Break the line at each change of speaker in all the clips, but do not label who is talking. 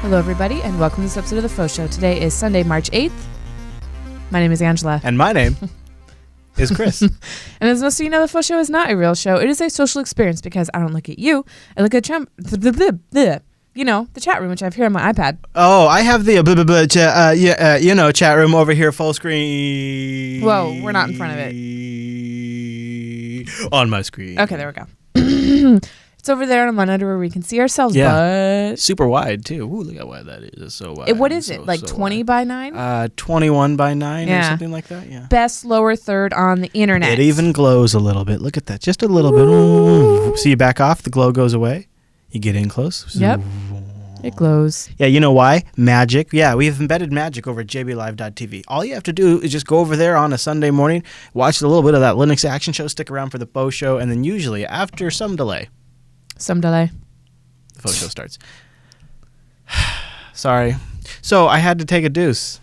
Hello, everybody, and welcome to this episode of The Faux Show. Today is Sunday, March 8th. My name is Angela.
And my name is Chris.
And as most of you know, The Faux Show is not a real show. It is a social experience because I don't look at you. I look at Trump, you know, the chat room, which I have here on my iPad.
oh, I have the uh, blah, blah, blah, cha- uh, yeah, uh, you know chat room over here full screen.
Whoa, we're not in front of
it. On my screen.
Okay, there we go. it's over there on a monitor where we can see ourselves, but
Super wide too. Ooh, look how wide that is. It's so wide.
it, what is
So,
it? Like
so
20 by 9?
wide. Uh, twenty-one by nine or
Yeah.
something like that. Yeah.
Best lower third on the internet.
It even glows a little bit. Look at that. Just a little bit. Ooh. So you back off. The glow goes away. You get in close.
Yep. It glows.
Yeah, you know why? Magic. Yeah, we've embedded magic over at jblive.tv. All you have to do is just go over there on a Sunday morning, watch a little bit of that Linux action show, stick around for the Bo show, and then usually after some delay,
Some delay.
the Bo show starts. Sorry. So I had to take a deuce.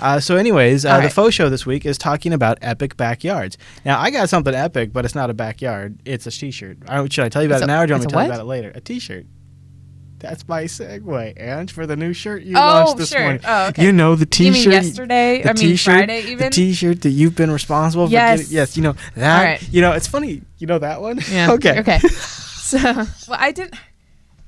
Uh, so, anyways, uh,
All
the
right.
faux show this week is talking about epic backyards. Now, I got something epic, but it's not a backyard. It's a t-shirt. I don't- should I tell you about
It's a-
it now, or do you want me
it's
to tell
a
you
what?
about it later? A t-shirt. That's my segue, and for the new shirt you
oh,
launched this
sure.
morning.
Oh, okay.
You know the
You
T-shirt.
mean yesterday?
the
I mean
t-shirt,
Friday even?
The T-shirt that you've been responsible for.
Yes.
Getting, yes. You know that.
All right.
You know it's funny. You know that one.
Yeah.
okay.
Okay. So, well, I didn't.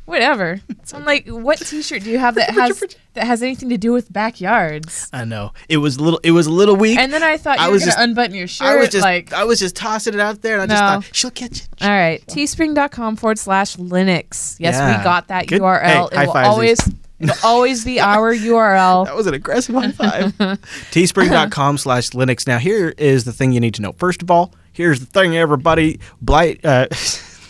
Whatever. So I'm like, what T-shirt do you have that has that has anything to do with backyards?
I know it was a little. It was a little weak.
And then I thought you
I
were
was
gonna
just-
unbutton your shirt.
I was just. uh,
like,
I was just tossing it out there, and I just
No.
thought she'll catch it.
all right, teespring.com forward slash Linux. Yes,
Yeah.
we got that
Good. Hey,
URL.
high
it will
fives.
always it'll always be our URL.
That was an aggressive high five. Teespring.com slash Linux. Now, here is the thing you need to know. First of all, here's the thing, everybody. Blight, uh,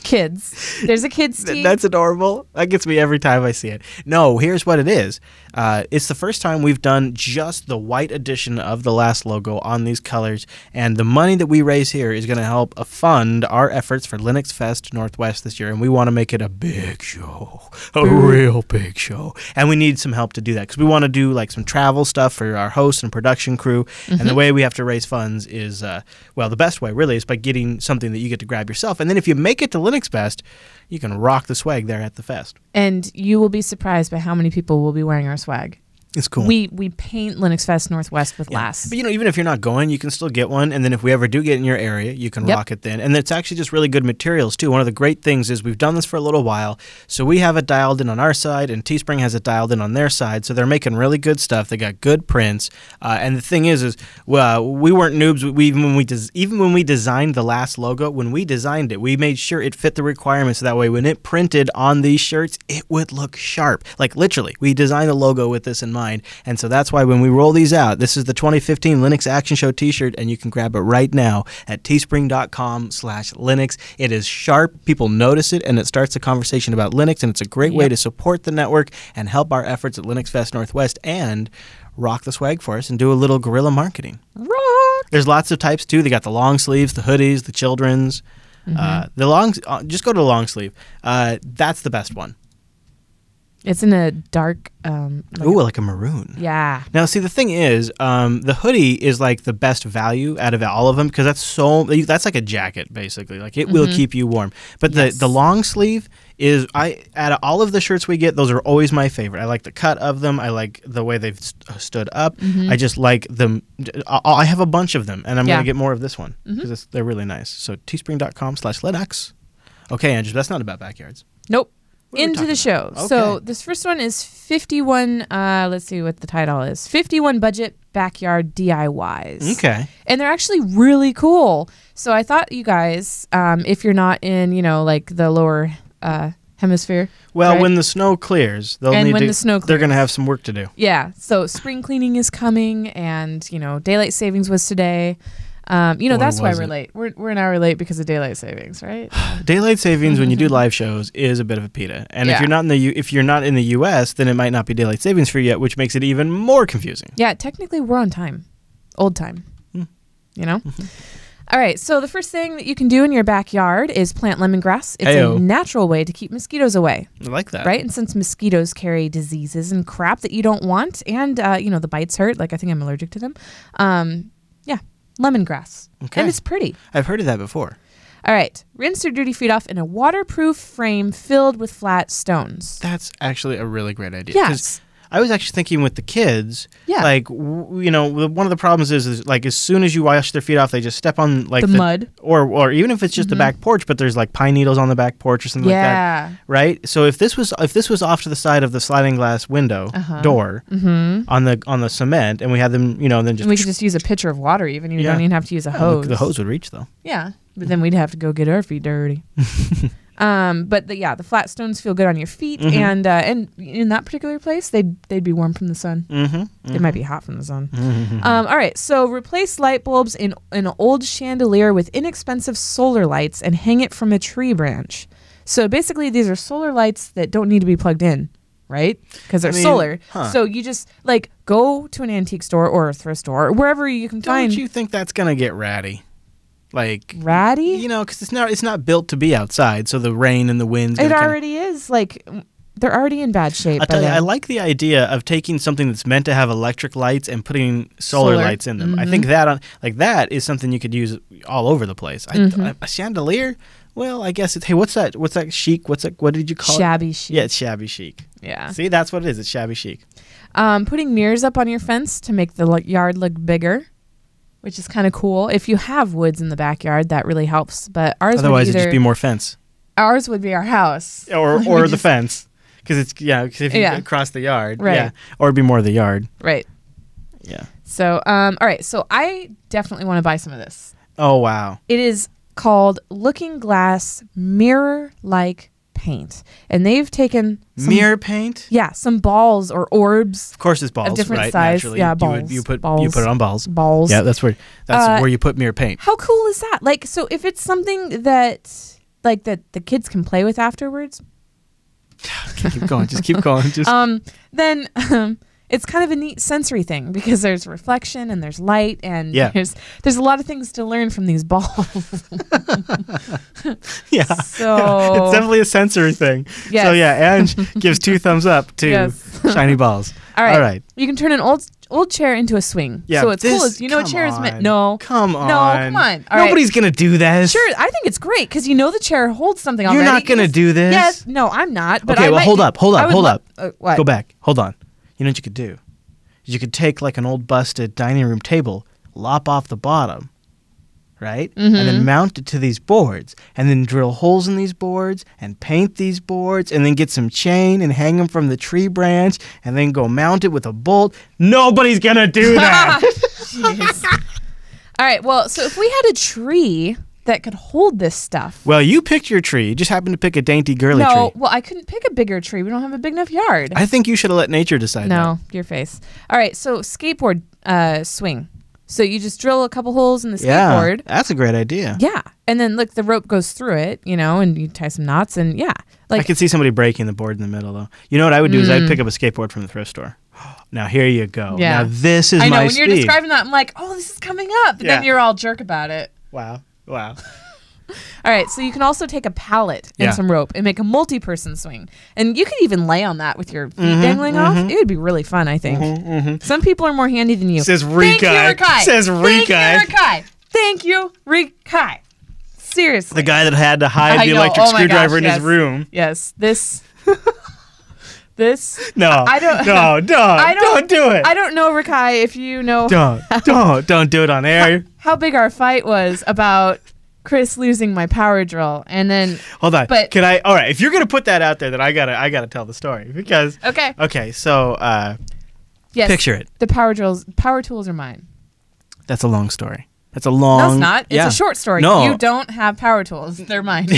Kids, there's a kids
th-
tea.
that's adorable. That gets me every time I see it. No, here's what it is. Uh, it's the first time we've done just the white edition of the last logo on these colors, and the money that we raise here is going to help uh, fund our efforts for Linux Fest Northwest this year, and we want to make it a big show, a real big show, and we need some help to do that because we want to do like some travel stuff for our host and production crew, and the way we have to raise funds is uh, well, the best way really is by getting something that you get to grab yourself, and then if you make it to Linux Fest. You can rock the swag there at the fest.
and you will be surprised by how many people will be wearing our swag.
It's cool.
We we paint Linux Fest Northwest with last.
but you know, even if you're not going, you can still get one. And then if we ever do get in your area, you can
Yep.
rock it then. And it's actually just really good materials too. One of the great things is we've done this for a little while, so we have it dialed in on our side, and Teespring has it dialed in on their side. So they're making really good stuff. They got good prints. Uh, and the thing is, is well, we weren't noobs. We even when we des- even when we designed the last logo, when we designed it, we made sure it fit the requirements. That way, when it printed on these shirts, it would look sharp. Like literally, we designed the logo with this in mind, and so that's why when we roll these out, this is the 2015 Linux Action Show T-shirt, and you can grab it right now at teespring.com/linux. It is sharp. People notice it, and it starts a conversation about Linux, and it's a great way
Yep.
to support the network and help our efforts at Linux Fest Northwest and rock the swag for us and do a little guerrilla marketing.
Rock.
There's lots of types too. They got the long sleeves, the hoodies, the children's. Uh, the long, uh, just go to the long sleeve. Uh, that's the best one.
It's in a dark. Um, like-
Ooh, like a maroon.
yeah.
Now, see, the thing is, um, the hoodie is like the best value out of all of them because that's so that's like a jacket basically. Like it will keep you warm. But
Mm-hmm. Yes.
the the long sleeve is I out of all of the shirts we get, those are always my favorite. I like the cut of them. I like the way they've st- uh, stood up. I just like them. uh, I, I have a bunch of them, and I'm
Mm-hmm. Yeah. Mm-hmm.
gonna get more of this one because they're really nice. So teespring.com/linux. Okay, Andrew, that's not about backyards.
Nope.
What are we
Into the show.
talking
So
Okay.
this first one is 51. Uh, let's see what the title is 51 Budget Backyard DIYs.
Okay.
And they're actually really cool. So I thought you guys, um, if you're not in, you know, like the lower uh, hemisphere.
Well,
right?
when the snow clears, they'll
And
need
when
to,
the snow
they're gonna have some work to do.
Yeah. So spring cleaning is coming, and you know daylight savings was today. Um, you know
Or
that's why
was
we're
it?
late. We're we're an hour late because of daylight savings, right?
Daylight savings when you do live shows is a bit of a pita, and
Mm-hmm. Yeah.
if you're not in the U- if you're not in the U.S., then it might not be daylight savings for you yet, which makes it even more confusing.
Yeah, technically we're on time. Old time.
Hmm.
You know?
Mm-hmm.
All right, so the first thing that you can do in your backyard is plant lemongrass. It's
Heyo.
a natural way to keep mosquitoes away,
I like that.
right? And since mosquitoes carry diseases and crap that you don't want, and, uh, you know, the bites hurt, like I think I'm allergic to them. Um, yeah, lemongrass.
Okay.
And it's pretty.
I've heard of that before.
All right. Rinse your dirty feet off in a waterproof frame filled with flat stones.
That's actually a really great idea. 'Cause
Yes.
I was actually thinking with the kids,
Yeah.
like w- you know, the- one of the problems is, is like as soon as you wash their feet off, they just step on like
The mud. Mm-hmm.
or or even if it's just the back porch, but there's like pine needles on the back porch or something
yeah.
like that, right? So if this was if this was off to the side of the sliding glass window
Uh-huh.
door
mm-hmm.
on the on the cement, and we had them, you know, then just,
And we could just use a pitcher of water, even. You
Yeah.
don't even have to use a
Yeah,
hose.
the, the hose would reach though.
Yeah, but then we'd have to go get our feet dirty. um, but the, yeah, the flat stones feel good on your feet,
Mhm.
and uh, and in that particular place, they'd they'd be warm from the sun.
Mm-hmm.
They might be hot from the sun.
Mm-hmm.
Um, all right, so replace light bulbs in an old chandelier with inexpensive solar lights and hang it from a tree branch. So basically, these are solar lights that don't need to be plugged in, right? Because they're
I mean,
solar.
huh.
So you just like go to an antique store or a thrift store or wherever you can
Don't
find
you think that's gonna get ratty? Like
ratty.
you know, because it's not it's not built to be outside, so the rain and the winds.
It already uh, is like mm, they're already in bad shape.
I
by
tell you,
then.
I like the idea of taking something that's meant to have electric lights and putting solar,
Solar. Mm-hmm.
lights in them. I think that on like that is something you could use all over the place. I,
Mhm.
a chandelier. Well, I guess it's hey, what's that? What's that chic? What's that? What did you call
shabby
it?
chic.
Yeah, it's shabby chic.
Yeah.
See, that's what it is. It's shabby chic.
Um, putting mirrors up on your fence to make the lo- yard look bigger, which is kind of cool. If you have woods in the backyard, that really helps. But ours
Otherwise,
would
it'd
either,
just be more fence
ours would be our house.
or or the fence because it's yeah. Because if you
Yeah.
cross the yard,
Right.
yeah, or it'd be more the yard.
Right.
Yeah.
So, um, all right. So I definitely want to buy some of this.
Oh wow.
It is called Looking Glass Mirror Like Paint, and they've taken some,
Mirror paint.
Yeah, some balls or orbs.
Of course, it's balls.
different
right?
size.
Naturally,
Yeah,
you, would-
balls.
You put you
Balls.
put it on balls.
Balls.
Yeah, that's where that's
Uh,
where you put mirror paint.
How cool is that? Like, so if it's something that like that the kids can play with afterwards,
keep going. Just keep going. Just
um, then um, it's kind of a neat sensory thing because there's reflection and there's light and
Yeah.
there's there's a lot of things to learn from these balls.
yeah. It's
so
definitely a sensory thing. So
Yes.
yeah, Ange gives two thumbs up to
Yes.
shiny balls.
all right.
All right.
you can turn an old old chair into a swing.
Yeah.
so it's
this-
cool. Is, you know, a
come
chair is meant
on.
no.
Come on.
come on. All right.
Nobody's gonna do this.
Sure, I think it's great because you know the chair holds something.
You're
already.
not gonna
Yes.
do this.
Yes, no, I'm not. But
okay.
I
well,
might
hold
do-
up. Hold
I
up.
would
Hold
lo-
up.
Uh, what?
Go back. Hold on. You know what you could do? You could take like an old busted dining room table, lop off the bottom, right? And
Mm-hmm.
then mount it to these boards, and then drill holes in these boards, and paint these boards, and then get some chain and hang them from the tree branch, and then go mount it with a bolt. Nobody's gonna do that.
Jeez. All right. Well, so if we had a tree that could hold this stuff.
well, you picked your tree. You just happened to pick a dainty girly
No,
tree.
well, I couldn't pick a bigger tree. We don't have a big enough yard.
I think you should have let nature decide. that.
no, your face. All right. So skateboard uh, swing. So you just drill a couple holes in the skateboard.
Yeah, that's a great idea.
Yeah. And then look, the rope goes through it, you know, and you tie some knots, and yeah,
I
like
could see somebody breaking the board in the middle, though. You know what I would do is I'd pick up a skateboard from the thrift store. Now here you go.
Mm. Yeah.
Now this is
I know
my
when
speed.
you're describing that, I'm like, oh, this is coming up, and then
Yeah.
you're all jerk about it.
wow. Wow.
All right, so you can also take a pallet and
Yeah.
some rope and make a multi-person swing, and you could even lay on that with your feet
Mm-hmm,
dangling off. It would be really fun, I think. Some people are more handy than you.
Says Rikai.
Thank you, Rikai.
Says
Thank
Rikai.
you, Rikai. Thank you, Rikai. Seriously,
The guy that had to hide
I
the
know.
electric
Oh my
screwdriver
gosh,
in
yes.
his room.
Yes, this, this.
No.
I don't-
No. Don't.
I don't-
don't, do it.
I don't know, Rikai, if you know
don't. Don't. Don't do it on air.
how big our fight was about Chris losing my power drill, and then
Hold on.
But-
Can I? All right. If you're gonna put that out there, then I gotta. I gotta tell the story because.
okay,
Okay. So uh,
yes,
picture it.
the power drills, power tools are mine.
That's a long story. That's a long.
No, it's not. It's
yeah.
a short story.
No.
You don't have power tools. They're mine.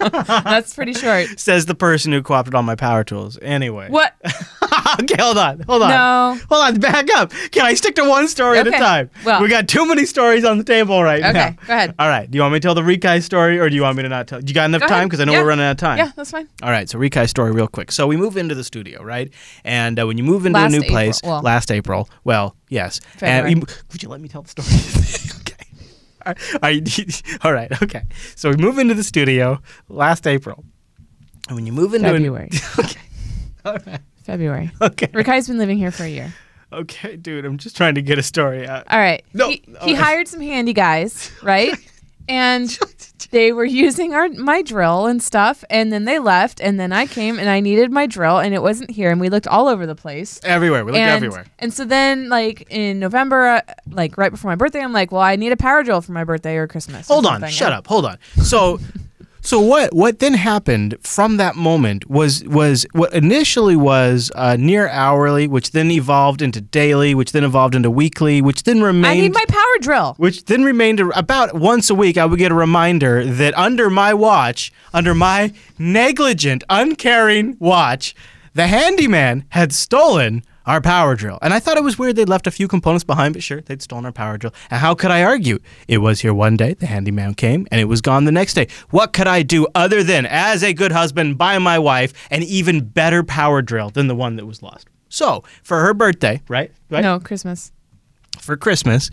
That's pretty short.
Says the person who co-opted all my power tools. Anyway.
What?
okay, hold on, hold on.
No.
Hold on, back up. Can I stick to one story at a
Okay,
time?
well-
we got too many stories on the table right now.
Okay, go ahead.
All right, do you want me to tell the Rikai story or do you want me to not tell? You got enough
Go ahead.
time? Because I know
Yeah.
we're running out of time.
Yeah, that's fine.
All right, so Rikai story real quick. So we move into the studio, right? And uh, when you move into
Last
a new
April.
place,
Well-
last April, well, yes. And
February.
you, would you let me tell the story? okay. All right. All right, okay. So we move into the studio last April. And when you move into a-
February.
okay. All right.
February.
Okay.
Rikai's been living here for a year.
Okay, dude, I'm just trying to get a story out.
All right.
No, Oh,
He,
all
he
right.
hired some handy guys, right? and they were using our my drill and stuff and then they left and then I came and I needed my drill and it wasn't here and we looked all over the place.
Everywhere. We looked
and,
everywhere.
And so then like in November uh, like right before my birthday I'm like, "Well, I need a power drill for my birthday or Christmas." or
Hold on.
something.
Shut up. Hold on. So so what what then happened from that moment was was what initially was uh, near hourly, which then evolved into daily, which then evolved into weekly, which then remained
I need my power drill.
which then remained a, about once a week. I would get a reminder that under my watch, under my negligent, uncaring watch, the handyman had stolen our power drill. And I thought it was weird they left a few components behind, but sure, they'd stolen our power drill. And how could I argue? It was here one day, the handyman came, and it was gone the next day. What could I do other than, as a good husband, buy my wife an even better power drill than the one that was lost? So, for her birthday, right? right?
No, Christmas.
for Christmas,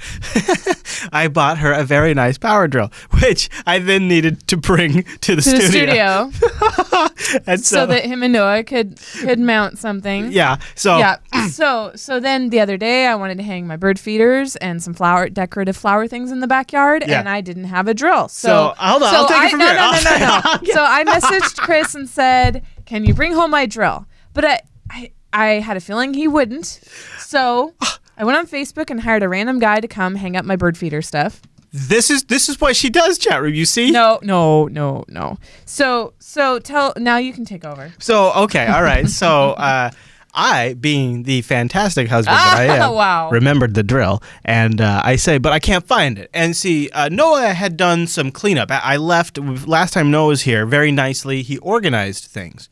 I bought her a very nice power drill, which I then needed to bring to the,
To the
studio.
studio
And so,
so that him and Noah could could mount something.
yeah, so
yeah. So so then the other day I wanted to hang my bird feeders and some flower decorative flower things in the backyard,
Yeah.
and I didn't have a drill.
So,
So,
hold on, I'll take it
I-
from
no,
here.
No, no, no, no.
I'll-
so I messaged Chris and said, "Can you bring home my drill?" But I I, I had a feeling he wouldn't. So. I went on Facebook and hired a random guy to come hang up my bird feeder stuff.
this is this is what she does, chat room. You see?
No, no, no, no. So, so tell now you can take over.
So okay, all right. So uh, I, being the fantastic husband that I am,
Wow.
remembered the drill, and uh, I say, but I can't find it. And see, uh, Noah had done some cleanup. I, I left last time Noah was here. Very nicely, he organized things.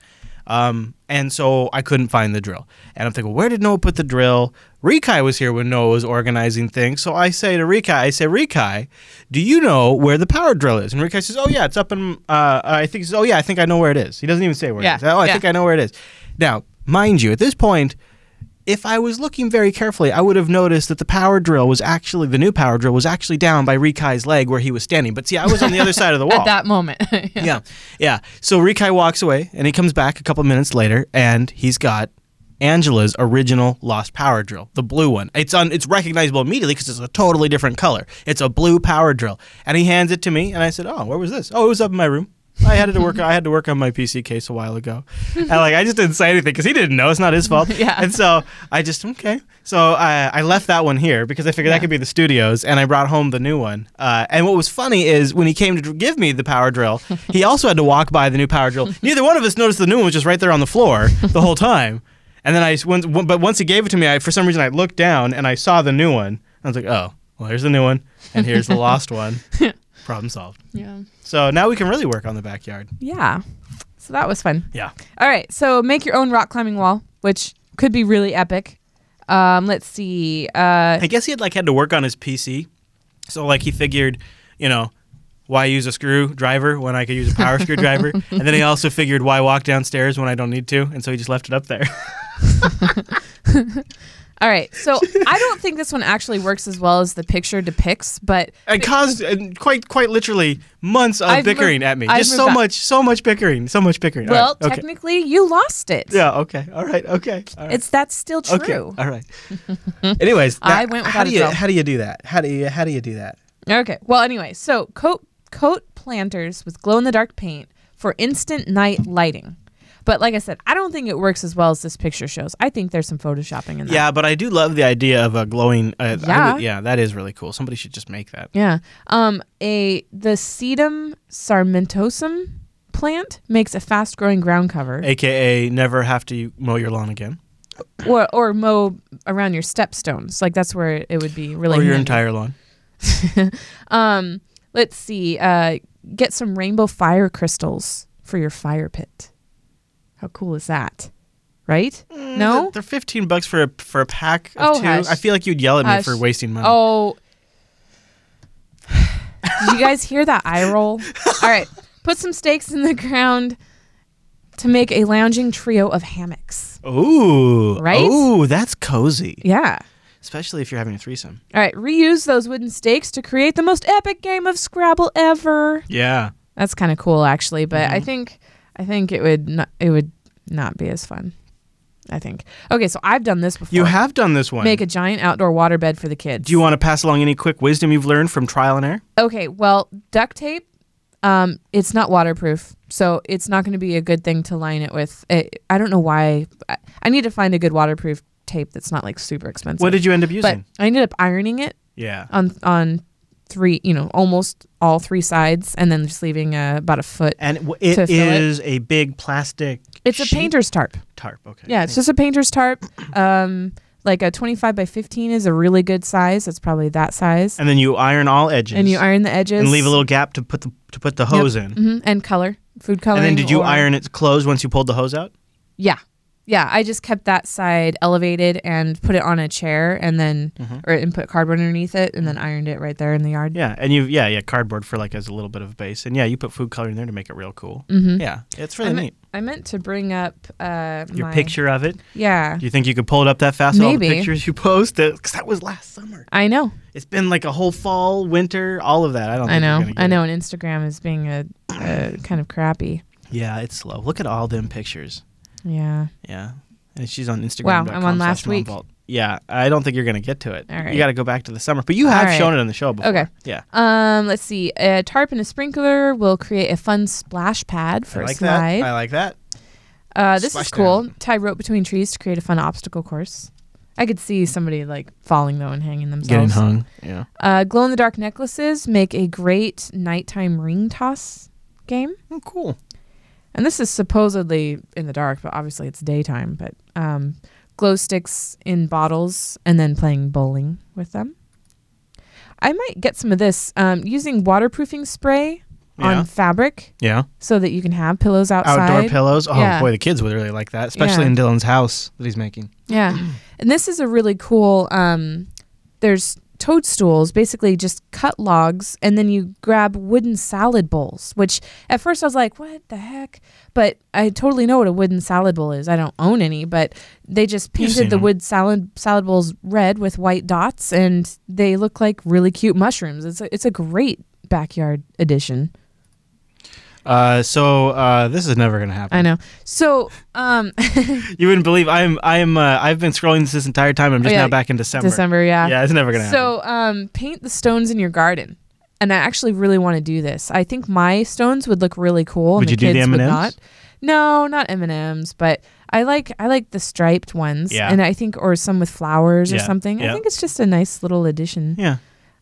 Um, and so I couldn't find the drill. And I'm thinking, where did Noah put the drill? Rikai was here when Noah was organizing things. So I say to Rikai, I say, Rikai, do you know where the power drill is? And Rikai says, oh, yeah, it's up in, uh, I think, he says, oh, yeah, I think I know where it is. He doesn't even say where
Yeah,
it is. Oh, I
yeah.
think I know where it is. Now, mind you, at this point, if I was looking very carefully, I would have noticed that the power drill was actually, the new power drill was actually down by Rikai's leg where he was standing. But see, I was on the other side of the wall
At that moment,
yeah, yeah. So Rikai walks away, and he comes back a couple minutes later, and he's got Angela's original lost power drill, the blue one. It's on. It's recognizable immediately because it's a totally different color. It's a blue power drill, and he hands it to me, and I said, "Oh, where was this? Oh, it was up in my room." I had to work. I had to work on my PC case a while ago, and like I just didn't say anything because he didn't know. It's not his fault.
Yeah.
And so I just okay. So I I left that one here because I figured that
Yeah.
could be the studios, and I brought home the new one. Uh, and what was funny is when he came to dr- give me the power drill, he also had to walk by the new power drill. Neither one of us noticed the new one was just right there on the floor the whole time. And then I s- once, one- but once he gave it to me, I for some reason I looked down and I saw the new one. I was like, oh, well, here's the new one, and here's the lost one. Problem solved.
yeah,
So now we can really work on the backyard.
yeah. So that was fun.
Yeah.
All right, so make your own rock climbing wall, which could be really epic. Um, let's see. Uh,
I guess he had like had to work on his PC, so like he figured, you know, why use a screwdriver when I could use a power screwdriver, and then he also figured why walk downstairs when I don't need to, and so he just left it up there.
all right, so I don't think this one actually works as well as the picture depicts, but
It caused and quite quite literally months of
I've
bickering
moved-
at me.
I've
just
moved
so
on.
much, so much bickering, so much bickering. All
well,
right, okay.
technically you lost it.
yeah, okay, all right, okay, all right.
It's that's still true.
Okay. All right. Anyways,
I
that-
went
how
without
do
a
you
drill.
how do you do that? How do you how do you do that?
Okay. Well, anyway, so coat coat planters with glow in the dark paint for instant night lighting. But like I said, I don't think it works as well as this picture shows. I think there's some photoshopping in that.
Yeah, but I do love the idea of a glowing. Uh, I
Yeah.
would- yeah, that is really cool. Somebody should just make that.
Yeah. Um a the sedum sarmentosum plant makes a fast growing ground cover
aka never have to mow your lawn again
or or mow around your stepstones. Like that's where it would be really
or your
handy.
entire lawn.
Um let's see. Uh get some rainbow fire crystals for your fire pit. How cool is that? Right? no?
they're fifteen bucks for a for a pack of
Oh,
two.
hush.
I feel like you'd yell at me
Hush.
for wasting money.
Oh. Did you guys hear that eye roll? All right. Put some stakes in the ground to make a lounging trio of hammocks.
Ooh,
Oh. Right?
Ooh, that's cozy,
Yeah.
especially if you're having a threesome.
All right. Reuse those wooden stakes to create the most epic game of Scrabble ever.
Yeah,
That's
Mm-hmm.
kind of cool, actually. But I think I think it would not, it would not be as fun. I think. Okay, so I've done this before.
You have done this one.
make a giant outdoor waterbed for the kids.
Do you want to pass along any quick wisdom you've learned from trial and error?
Okay, well, duct tape, um, it's not waterproof, so it's not going to be a good thing to line it with. I I don't know why. I, I need to find a good waterproof tape that's not like super expensive.
What did you end up
but
using?
I ended up ironing it
yeah.
on on three, you know, almost all three sides, and then just leaving uh, about a foot.
And w- it
to fill it.
is a big plastic.
It's a
sheet
painter's tarp.
tarp. Okay.
Yeah, it's just a painter's tarp. Um, like a 25 by 15 is a really good size. It's probably that size.
and then you iron all edges.
And you iron the edges
and leave a little gap to put the to put the hose in.
hmm and color, food color.
And then did you iron it closed once you pulled the hose out?
Yeah. Yeah, I just kept that side elevated and put it on a chair and then or and put cardboard underneath it and then ironed it right there in the yard.
Mm-hmm. Yeah, and you yeah yeah cardboard for like as a little bit of a base, and yeah, you put food coloring there to make it real cool.
Mhm.
Yeah, it's
I,
really
meant,
neat.
I meant to bring up uh
Your
my,
picture of it.
Yeah.
Do you think you could pull it up that fast? with All the
Maybe.
pictures you post, because that was last summer.
I know.
It's been like a whole fall, winter, all of that. I don't.
I
think you're
know.
gonna get
I
it.
know and Instagram is being a, a kind of crappy.
Yeah, it's slow. Look at all them pictures.
Yeah.
Yeah, and she's on Instagram.
Wow, I'm on last week.
Yeah, I don't think you're gonna get to it.
All right.
You got to go back to the summer, but you have
All right.
shown it on the show before.
Okay.
Yeah.
Um, let's see. A tarp and a sprinkler will create a fun splash pad for
I
a
like
slide.
that. I like that.
Uh, this is
Splash
cool. Tie rope between trees to create a fun obstacle course. I could see somebody like falling though and hanging themselves.
hung. Yeah.
Uh, glow in the dark necklaces make a great nighttime ring toss game.
Oh, cool.
And this is supposedly in the dark, but obviously it's daytime. But um, glow sticks in bottles and then playing bowling with them. I might get some of this um, using waterproofing spray
Yeah.
on fabric
Yeah.
so that you can have pillows outside.
Outdoor pillows. Oh
Yeah.
boy, the kids would really like that, especially
Yeah.
in Dylan's house that he's making.
Yeah. And this is a really cool um there's toadstools basically just cut logs and then you grab wooden salad bowls which at first I was like what the heck but I totally know what a wooden salad bowl is I don't own any but they just
seen
painted the
them.
wood salad salad bowls red with white dots and they look like really cute mushrooms it's a, it's a great backyard addition
Uh, so uh, this is never gonna happen.
I know so um
You wouldn't believe I'm I'm uh, I've been scrolling this, this entire time. I'm just
Oh, yeah.
now back in December.
December yeah
Yeah, it's never gonna happen.
So, um, paint the stones in your garden, and I actually really want to do this. I think my stones would look really cool.
Would
and
you
the
do the
kids would
M&Ms?
not. No, not M and M's, but I like I like the striped ones,
Yeah.
and I think or some with flowers
Yeah,
or something.
yeah.
I think it's just a nice little addition.
yeah,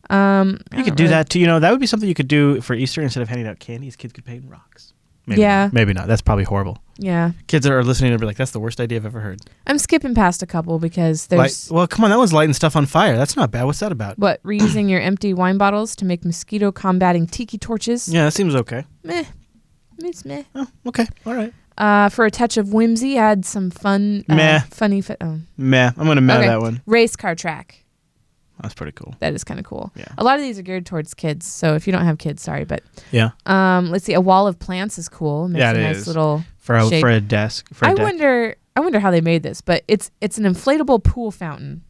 Um, I
you could
don't
do
really-
that too. You know, that would be something you could do for Easter instead of handing out candies. Kids could paint rocks. Maybe
Yeah.
not. maybe not. That's probably horrible.
Yeah,
Kids that are listening and be like, "That's the worst idea I've ever heard."
I'm skipping past a couple because
Light,
there's
well, come on, that was lighting stuff on fire. That's not bad. What's that about?
what reusing your empty wine bottles to make mosquito combating tiki torches.
Yeah, that seems okay.
Meh, it's meh.
Oh, okay, all right.
Uh, for a touch of whimsy, add some fun, uh,
Meh.
funny. Fi- oh.
Meh, I'm gonna meh
Okay.
that one.
race car track.
That's pretty cool.
That is kind of cool.
Yeah.
A lot of these are geared towards kids, so if you don't have kids, sorry, but
Yeah,
um, let's see. A wall of plants is cool. Makes
Yeah,
a
it
nice
is.
little.
for a
Shape.
for a desk. For a
I
deck.
wonder. I wonder how they made this, but it's it's an inflatable pool fountain.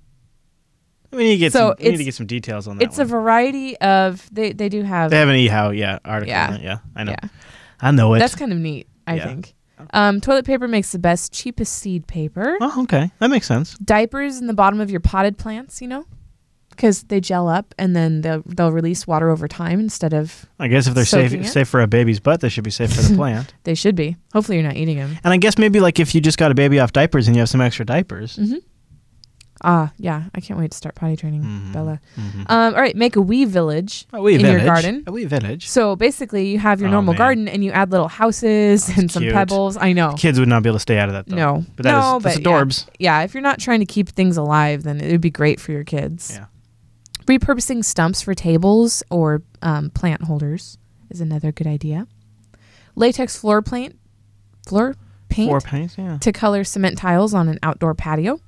We need to get
So
some. We need to
it's-
get some details on that.
It's
one.
a variety of they they do have
They have an eHow, yeah, article.
Yeah.
on it, yeah. I know.
yeah.
I know it.
That's kind of neat. I
Yeah.
think. Um, toilet paper makes the best cheapest seed paper.
oh, okay. That makes sense.
Diapers in the bottom of your potted plants, you know, because they gel up and then they'll they'll release water over time instead of
I guess if they're
Soaking
safe,
it?
safe for a baby's butt, they should be safe for the plant.
they should be. Hopefully, you're not eating them.
And I guess maybe like if you just got a baby off diapers and you have some extra diapers.
Mm-hmm. Ah, yeah. I can't wait to start potty training,
Mhm.
Bella.
Mhm.
Um, all right, make a wee village
A wee
in
village.
your garden.
A wee village.
So basically, you have your
Oh,
normal
man.
garden and you add little houses
That's
and some
cute.
pebbles. I know.
Kids would not be able to stay out of that though.
No,
But that is
no,
that's
but
adorbs.
Yeah. if you're not trying to keep things alive, then it would be great for your kids.
Yeah.
Repurposing stumps for tables or um, plant holders is another good idea. Latex floor paint, floor paint
Four paints, yeah.
to color cement tiles on an outdoor patio.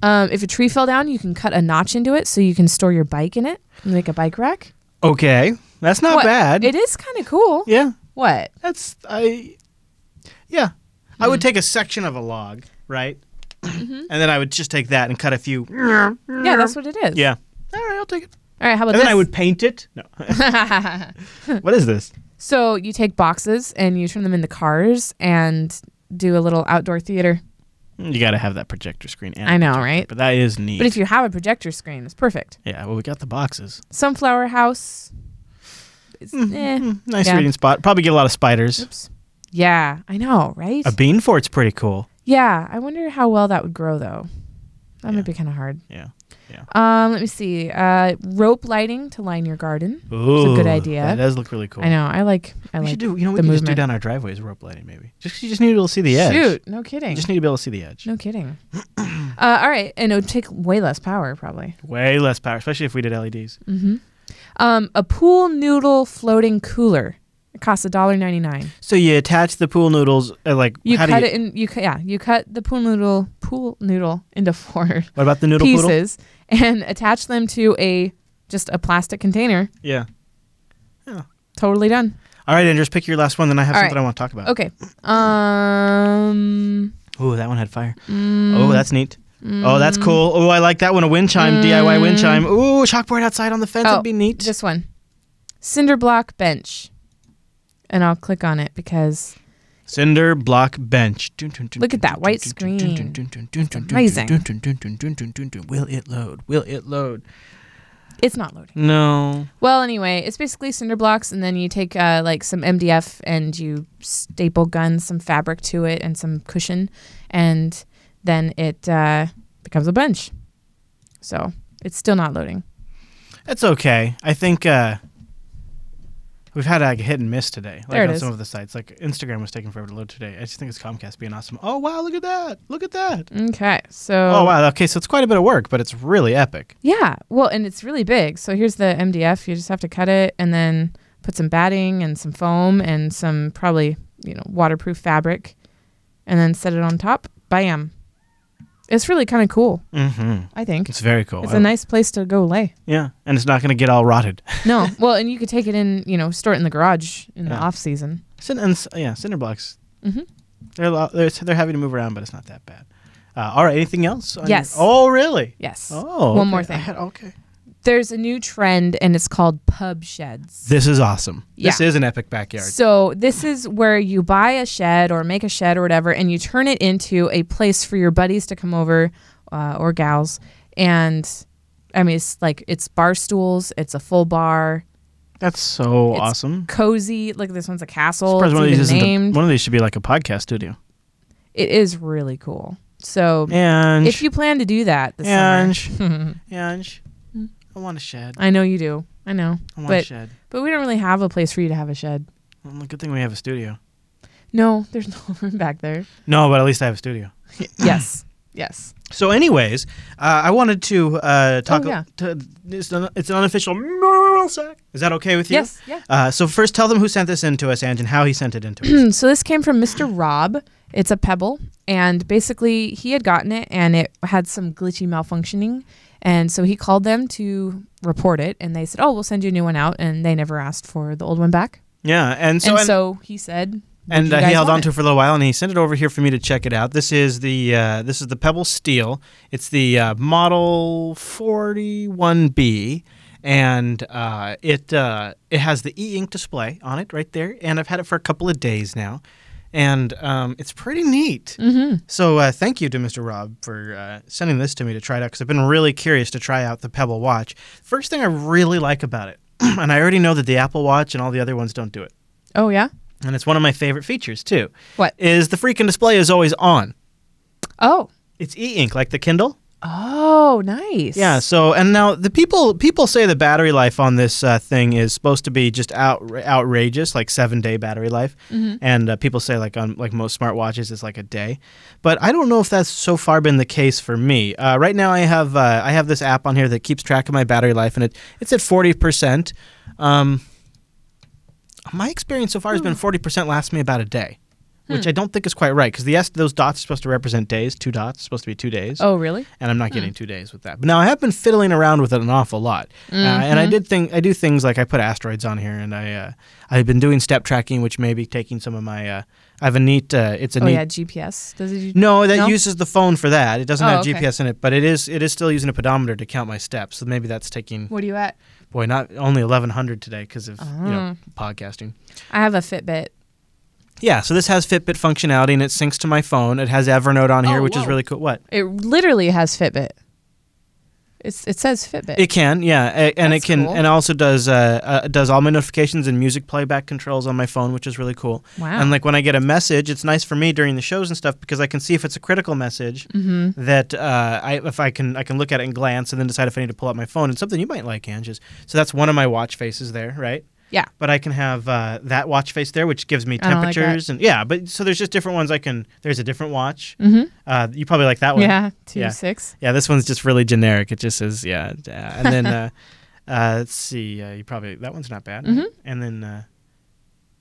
Um, if a tree fell down, you can cut a notch into it so you can store your bike in it and make a bike rack.
Okay. That's not
What?
bad.
It is kind of cool.
yeah.
What?
That's I Yeah. I would take a section of a log, right? And then I would just take that and cut a few.
Yeah, that's what it is.
Yeah. All right, I'll take it.
All right. How about
and
this?
then I would paint it. No. what is this?
so you take boxes and you turn them into cars and do a little outdoor theater.
You got to have that projector screen. and
I know,
projector,
right?
But that is neat.
But if you have a projector screen, it's perfect.
yeah, well, we got the boxes.
Sunflower House. It's, eh.
Mm, nice
yeah.
reading spot. Probably get a lot of spiders.
Oops. Yeah, I know, right?
A bean fort's pretty cool.
yeah, I wonder how well that would grow though. That
Yeah.
might be kind of hard.
Yeah.
Um, let me see. Uh, rope lighting to line your garden.
Ooh,
good idea.
That does look really cool.
I know. I like. I
We
like.
should do. You know, we
the
can just do
movement.
down our driveways rope lighting maybe. Just you just need to be able to see the edge.
Shoot, no kidding.
You just need to be able to see the edge.
no kidding. uh, all right, and it would take way less power probably.
Way less power, especially if we did E LEDs.
Mm-hmm. Um, a pool noodle floating cooler. It costs a dollar ninety nine.
So you attach the pool noodles. Uh, like
You
how
cut
do you,
it in. You cu- yeah. You cut the pool noodle pool noodle into four
What about the noodle poodle?
pieces and attach them to a just a plastic container.
Yeah.
Totally done.
All right, Andrews, pick your last one. Then I have
All
something
right.
I want to talk about.
Okay. Um.
Ooh, that one had fire.
mm,
Oh, that's neat. Oh, that's
mm,
cool. Oh, I like that one. A wind chime, DIY wind
Mm.
chime. Ooh, chalkboard outside on the fence
Oh,
would be neat.
This one, cinder block bench, and I'll click on it because
Cinder block bench. Dun, dun, dun,
Look at
dun,
that
dun,
white
dun,
screen.
dun, dun, dun, dun, dun, dun, dun,
amazing.
dun, dun, dun, dun, dun, dun, dun, dun. Will it load? Will it load?
it's not loading.
No.
Well, anyway, it's basically cinder blocks, and then you take uh, like some MDF and you staple gun some fabric to it and some cushion, and then it uh, becomes a bench. So it's still not loading.
That's okay. I think uh, we've had like a hit and miss today. Like
There it
on
is.
some of the sites. Like Instagram was taking forever to load today. I just think it's Comcast being awesome. Oh wow, look at that. Look at that.
Okay, so
Oh wow, okay, so it's quite a bit of work, but it's really epic.
yeah, well, and it's really big. So here's the MDF. You just have to cut it and then put some batting and some foam and some probably you know waterproof fabric, and then set it on top. Bam! It's really kind of cool.
Mm-hmm.
I think.
It's very cool.
It's
I-
a nice place to go lay.
yeah, and it's not going to get all rotted.
No, well, and you could take it in, you know, store it in the garage in the
Yeah.
off season.
Cin- and, c- yeah, cinder blocks.
Mhm.
They're, lo- they're they're heavy to move around, but it's not that bad. Uh, all right, anything else? on your-
Yes.
oh really?
Yes.
Oh.
One
okay.
more
I
thing.
had- okay.
There's a new trend, and it's called pub sheds.
This is awesome. This
Yeah.
is an epic backyard.
So this is where you buy a shed or make a shed or whatever, and you turn it into a place for your buddies to come over, uh, or gals, and I mean it's like it's bar stools, it's a full bar,
That's so
It's
awesome.
cozy. Like this one's a castle.
Surprised
It's
one of
even
these isn't a-
named.
one of these should be like a podcast studio.
it is really cool. So
And
if you plan to do that this
and
summer,
and I want a shed.
I know you do. I know.
I want a
Hmm. but-
shed.
But we don't really have a place for you to have a shed.
Well, Good thing we have a studio.
No, there's no room back there.
No, but at least I have a studio.
yes. Yes.
So, anyways, uh, I wanted to uh, talk.
Oh, yeah.
to, it's, an, it's an unofficial mail sack. Is that okay with you?
Yes. Yeah.
Uh, so first, tell them who sent this in to us, Ange, and how he sent it in to us.
Mm, so this came from Mr. Rob. It's a pebble. And basically, he had gotten it and it had some glitchy malfunctioning. And so he called them to report it. And they said, oh, we'll send you a new one out. And they never asked for the old one back.
Yeah, and so
and,
and,
so he said, "Would
and,
you
uh, he
guys
held
want
on to
it?"
it for a little while, and he sent it over here for me to check it out. This is the uh, this is the Pebble Steel. It's the uh, model forty one B, and uh, it uh, it has the e ink display on it right there. And I've had it for a couple of days now, and um, it's pretty neat.
Mhm.
So uh, thank you to Mr. Rob for uh, sending this to me to try it out because I've been really curious to try out the Pebble Watch. First thing I really like about it, and I already know that the Apple Watch and all the other ones don't do it,
Oh, yeah?
and it's one of my favorite features too.
What?
is the freaking display is always on?
Oh.
It's e-ink like the Kindle.
Oh, nice.
Yeah. So and now the people people say the battery life on this uh, thing is supposed to be just out outrageous, like seven day battery life. And uh, people say like on like most smartwatches it's like a day, but I don't know if that's so far been the case for me. Uh, right now I have uh, I have this app on here that keeps track of my battery life, and it it's at forty percent. Um, my experience so far has been forty percent lasts me about a day. Which I don't think is quite right because the S, those dots are supposed to represent days. Two dots supposed to be two days
Oh, really?
and I'm not getting two days with that. But Hmm. now I have been fiddling around with it an awful lot, uh, and I did think I do things like I put asteroids on here, and I uh, I've been doing step tracking, which may be taking some of my. Uh, I have a neat. Uh, it's a
Oh,
neat.
yeah. GPS. Does it?
No, that
No?
uses the phone for that. It doesn't
Oh,
have
okay.
GPS in it, but it is it is still using a pedometer to count my steps. So maybe that's taking
What are you at?
boy not only 1100 today because of you know
Oh.
podcasting.
I have a Fitbit.
Yeah, so this has Fitbit functionality and it syncs to my phone. It has Evernote on here,
Oh,
which is
whoa.
really cool. What?
It literally has Fitbit. It's it says Fitbit.
It can, yeah, a- and
That's
it can,
cool.
and also does uh, uh, does all my notifications and music playback controls on my phone, which is really cool.
Wow.
And like when I get a message, it's nice for me during the shows and stuff because I can see if it's a critical message
Mm-hmm.
that uh, I if I can I can look at it and glance and then decide if I need to pull out my phone. And something you might like, Ange, is so that's one of my watch faces there, right?
yeah.
But I can have uh, that watch face there, which gives me
I don't like that.
temperatures and yeah. But so there's just different ones I can. There's a different watch.
Mm-hmm.
Uh, you probably like that one.
Yeah. Two
Yeah.
six.
Yeah, this one's just really generic. It just says yeah, d- uh, and then uh, uh, let's see. Uh, you probably that one's not bad. right?
Mhm.
And then uh,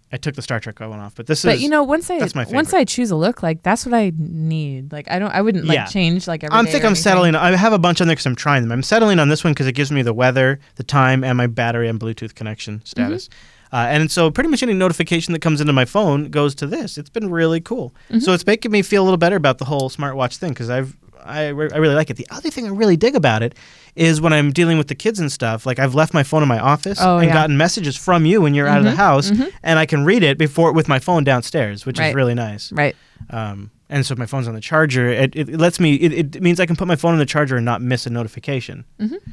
I took the Star Trek one off, but this
But
is.
you know, once I
that's my
once
favorite.
I choose a look, like that's what I need. Like I don't, I wouldn't like
Yeah.
change like every.
I
day
think
or
I'm
anything.
settling. I have a bunch on there because I'm trying them. I'm settling on this one because it gives me the weather, the time, and my battery and Bluetooth connection
Mm-hmm.
status. Uh, and so, pretty much any notification that comes into my phone goes to this. It's been really cool.
Mm-hmm.
So it's making me feel a little better about the whole smartwatch thing because I've I, re- I really like it. The other thing I really dig about it is when I'm dealing with the kids and stuff. Like I've left my phone in my office
Oh,
and
yeah.
gotten messages from you when you're out of
Mm-hmm.
the house, and I can read it before with my phone downstairs, which is
Right.
really nice.
Right.
Um, and so if my phone's on the charger. It, it, it lets me. It, it means I can put my phone on the charger and not miss a notification,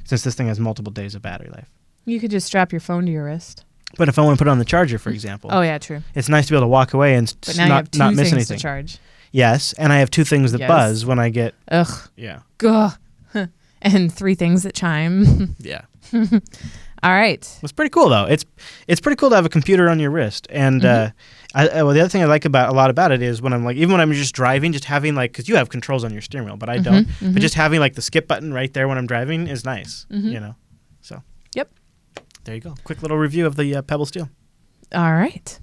since this thing has multiple days of battery life.
You could just strap your phone to your wrist.
But if I want to put it on the charger, for example,
Oh yeah, true.
it's nice to be able to walk away and
But
s-
now you have
not
two
not miss
things
anything.
to charge.
yes, and I have two things that
Yes.
buzz when I get.
Ugh.
Yeah,
Gah. and three things that chime.
yeah.
All right.
It's pretty cool though. It's it's pretty cool to have a computer on your wrist. And uh, I, I- well, the other thing I like about a lot about it is when I'm like, even when I'm just driving, just having like, because you have controls on your steering wheel, but
Mm-hmm.
I don't. But just having like the skip button right there when I'm driving is nice. You know, so
Yep.
there you go. Quick little review of the uh, Pebble Steel.
Mm-hmm. All right.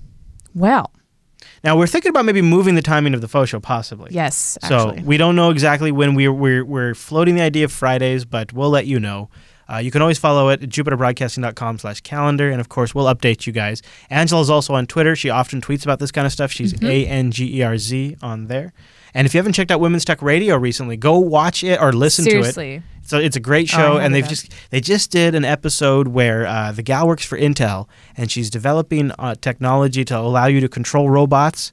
Well,
Now we're thinking about maybe moving the timing of the faux show possibly.
yes.
So
Actually.
we don't know exactly when we're, we're we're floating the idea of Fridays, but we'll let you know. Uh, you can always follow it at jupiterbroadcasting.com slash calendar, and of course, we'll update you guys. Angela's also on Twitter. She often tweets about this kind of stuff.
Mm-hmm.
She's A-N-G-E-R-Z E on there. And if you haven't checked out Women's Tech Radio recently, go watch it or listen to it.
seriously.
So it's a great
Oh, I
show,
heard
and they've
about
just they just did an episode where uh, the gal works for Intel, and she's developing uh, technology to allow you to control robots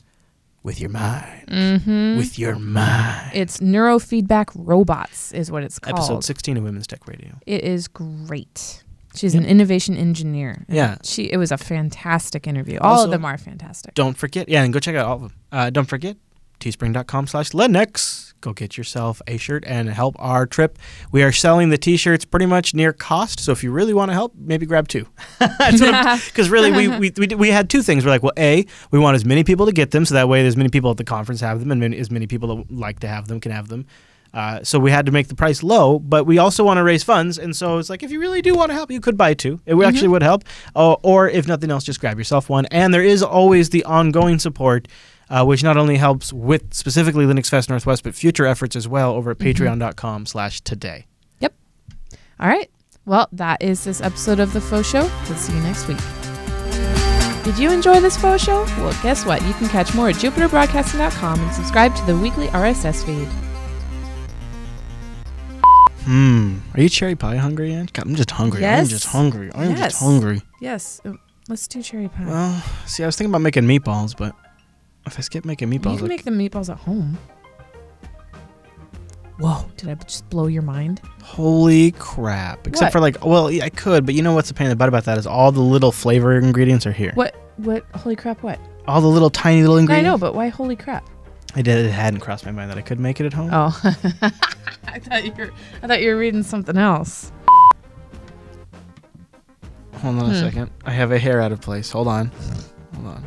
with your mind,
Mm-hmm.
with your mind.
It's neurofeedback robots is what it's called.
Episode sixteen of Women's Tech Radio.
It is great. She's an innovation engineer.
Yeah.
She it was a fantastic interview. All
Also-
of them are fantastic.
Don't forget, yeah, and go check out all of them. Uh, don't forget, teespring.com/linux. Go get yourself a shirt and help our trip. We are selling the t-shirts pretty much near cost, so if you really want to help, maybe grab two. Because really, we, we we we had two things. We're like, well, a we want as many people to get them, so that way, as many people at the conference have them, and many, as many people that like to have them can have them. Uh, so we had to make the price low, but we also want to raise funds, and so it's like if you really do want to help, you could buy two. It actually would help, uh, or if nothing else, just grab yourself one. And there is always the ongoing support, uh, which not only helps with specifically Linux Fest Northwest, but future efforts as well over at Patreon.com/today.
Yep. All right. Well, that is this episode of The Faux Show. We'll see you next week. Did you enjoy this faux show? Well, guess what? You can catch more at jupiterbroadcasting.com and subscribe to the weekly RSS feed.
Hmm. Are you cherry pie hungry, Ange? God, I'm just hungry. I'm
Yes.
just hungry. I'm
Yes.
just hungry.
Yes. Oh, Let's do cherry pie.
Well, see, I was thinking about making meatballs, but if I skip making meatballs,
you can
I-
make the meatballs at home. Whoa, did I just blow your mind?
holy crap! Except
What?
for like, well, yeah, I could, but you know what's the pain in the butt about that is all the little flavor ingredients are here.
What what holy crap what?
All the little tiny little
I
ingredients.
know, but why holy crap?
I did. It hadn't crossed my mind that I could make it at home.
Oh. I thought you were I thought you were reading something else.
Hold on a
Hmm.
second. I have a hair out of place. Hold on. Hold on.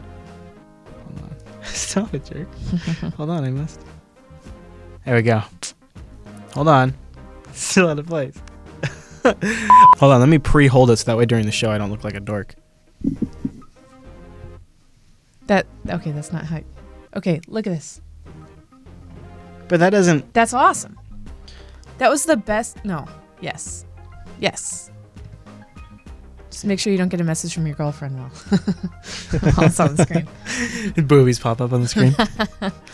Hold on. Stop it, jerk. Hold on, I must. There we go. Hold on. Still out of place. Hold on, let me pre hold it so that way during the show I don't look like a dork.
That okay, that's not how Okay, look at this.
But that doesn't.
That's awesome. That was the best no. Yes. Yes. Just make sure you don't get a message from your girlfriend while while it's on the screen.
Boobies pop up on the screen.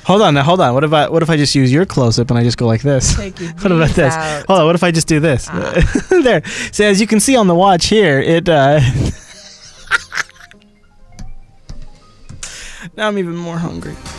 hold on, now hold on. What if I what if I just use your close up and I just go like this?
Take your
What about
bees
this?
out.
Hold on. What if I just do this?
Ah.
there. So as you can see on the watch here, it. Uh, Now I'm even more hungry.